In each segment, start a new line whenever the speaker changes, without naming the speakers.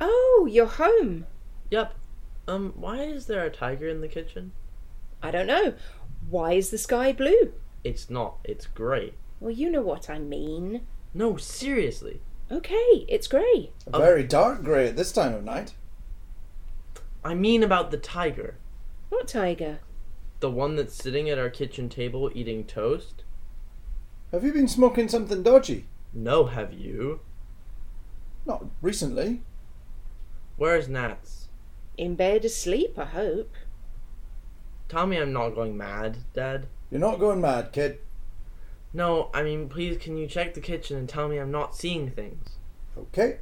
Oh, you're home.
Yep. Um, why is there a tiger in the kitchen?
I don't know. Why is the sky blue?
It's not. It's grey.
Well, you know what I mean.
No, seriously.
Okay, it's grey.
Oh.
Very dark grey at this time of night.
I mean about the tiger.
What tiger?
The one that's sitting at our kitchen table eating toast?
Have you been smoking something dodgy?
No, have you?
Not recently.
Where's Nats?
In bed asleep, I hope.
Tell me I'm not going mad, Dad.
You're not going mad, kid.
No, I mean, please can you check the kitchen and tell me I'm not seeing things?
Okay.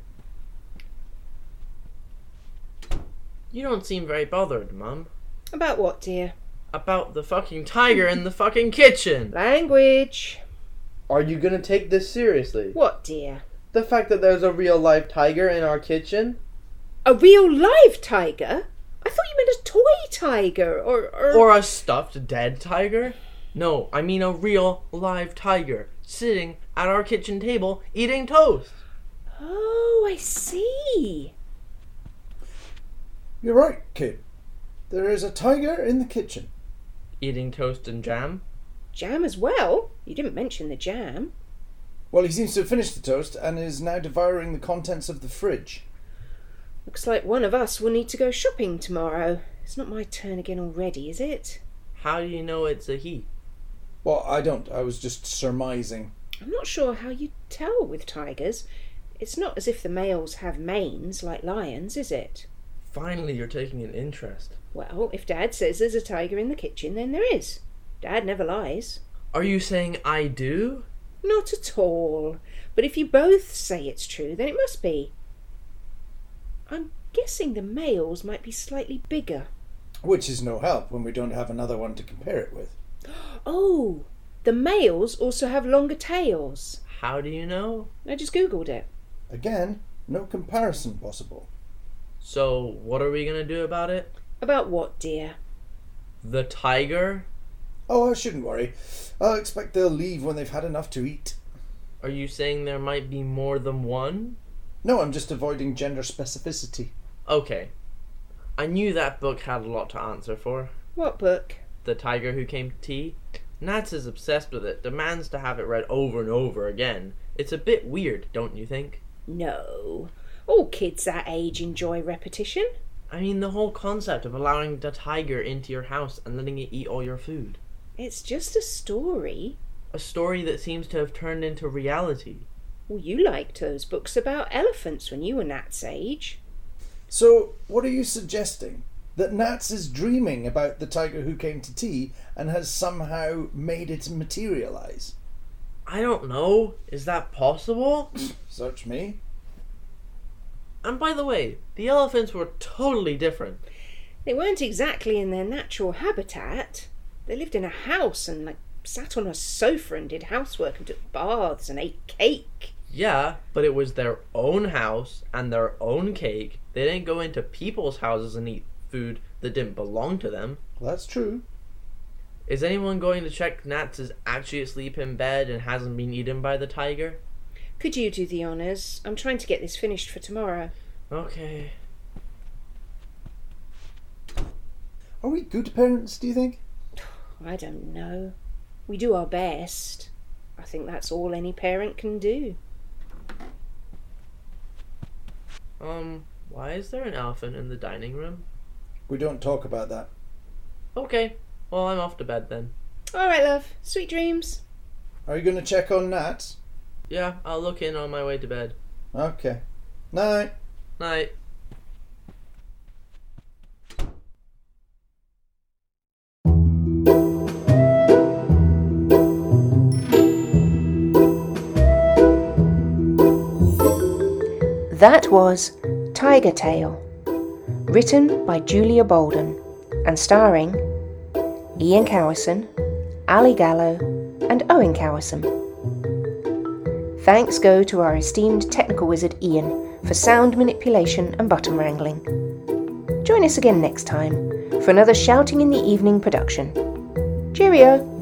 You don't seem very bothered, Mum.
About what, dear?
About the fucking tiger in the fucking kitchen!
Language.
Are you gonna take this seriously?
What, dear?
The fact that there's a real life tiger in our kitchen?
A real live tiger? I thought you meant a toy tiger or. Or,
Or a stuffed dead tiger? No, I mean a real live tiger sitting at our kitchen table eating toast.
Oh, I see.
You're right, kid. There is a tiger in the kitchen.
Eating toast and jam?
Jam as well? You didn't mention the jam.
Well, he seems to have finished the toast and is now devouring the contents of the fridge.
Looks like one of us will need to go shopping tomorrow. It's not my turn again already, is it?
How do you know it's a he?
Well, I don't. I was just surmising.
I'm not sure how you tell with tigers. It's not as if the males have manes like lions, is it?
Finally, you're taking an interest.
Well, if Dad says there's a tiger in the kitchen, then there is. Dad never lies.
Are you saying I do?
Not at all. But if you both say it's true, then it must be. I'm guessing the males might be slightly bigger.
Which is no help when we don't have another one to compare it with.
Oh, the males also have longer tails.
How do you know?
I just googled it.
Again, no comparison possible.
So, what are we gonna do about it?
About what, dear?
The tiger?
Oh, I shouldn't worry. I expect they'll leave when they've had enough to eat.
Are you saying there might be more than one?
No, I'm just avoiding gender specificity.
Okay. I knew that book had a lot to answer for.
What book?
The Tiger Who Came to Tea. Nats is obsessed with it, demands to have it read over and over again. It's a bit weird, don't you think?
No. All kids that age enjoy repetition.
I mean, the whole concept of allowing the tiger into your house and letting it eat all your food.
It's just a story.
A story that seems to have turned into reality.
Well, you liked those books about elephants when you were Nat's age.
So, what are you suggesting? That Nats is dreaming about the tiger who came to tea and has somehow made it materialize?
I don't know. Is that possible?
Search me.
And by the way, the elephants were totally different.
They weren't exactly in their natural habitat. They lived in a house and, like, sat on a sofa and did housework and took baths and ate cake.
Yeah, but it was their own house and their own cake. They didn't go into people's houses and eat food that didn't belong to them.
Well, that's true.
Is anyone going to check Nats is actually asleep in bed and hasn't been eaten by the tiger?
Could you do the honours? I'm trying to get this finished for tomorrow.
Okay.
Are we good parents, do you think?
I don't know. We do our best. I think that's all any parent can do.
Um, why is there an elephant in the dining room?
We don't talk about that.
Okay, well, I'm off to bed then.
All right, love. Sweet dreams.
Are you going to check on Nats?
Yeah, I'll look in on my way to bed.
Okay. Night.
Night.
That was
Tiger Tale, written by Julia Bolden and starring Ian Cowison, Ali Gallo, and Owen Cowison. Thanks go to our esteemed technical wizard Ian for sound manipulation and button wrangling. Join us again next time for another Shouting in the Evening production. Cheerio!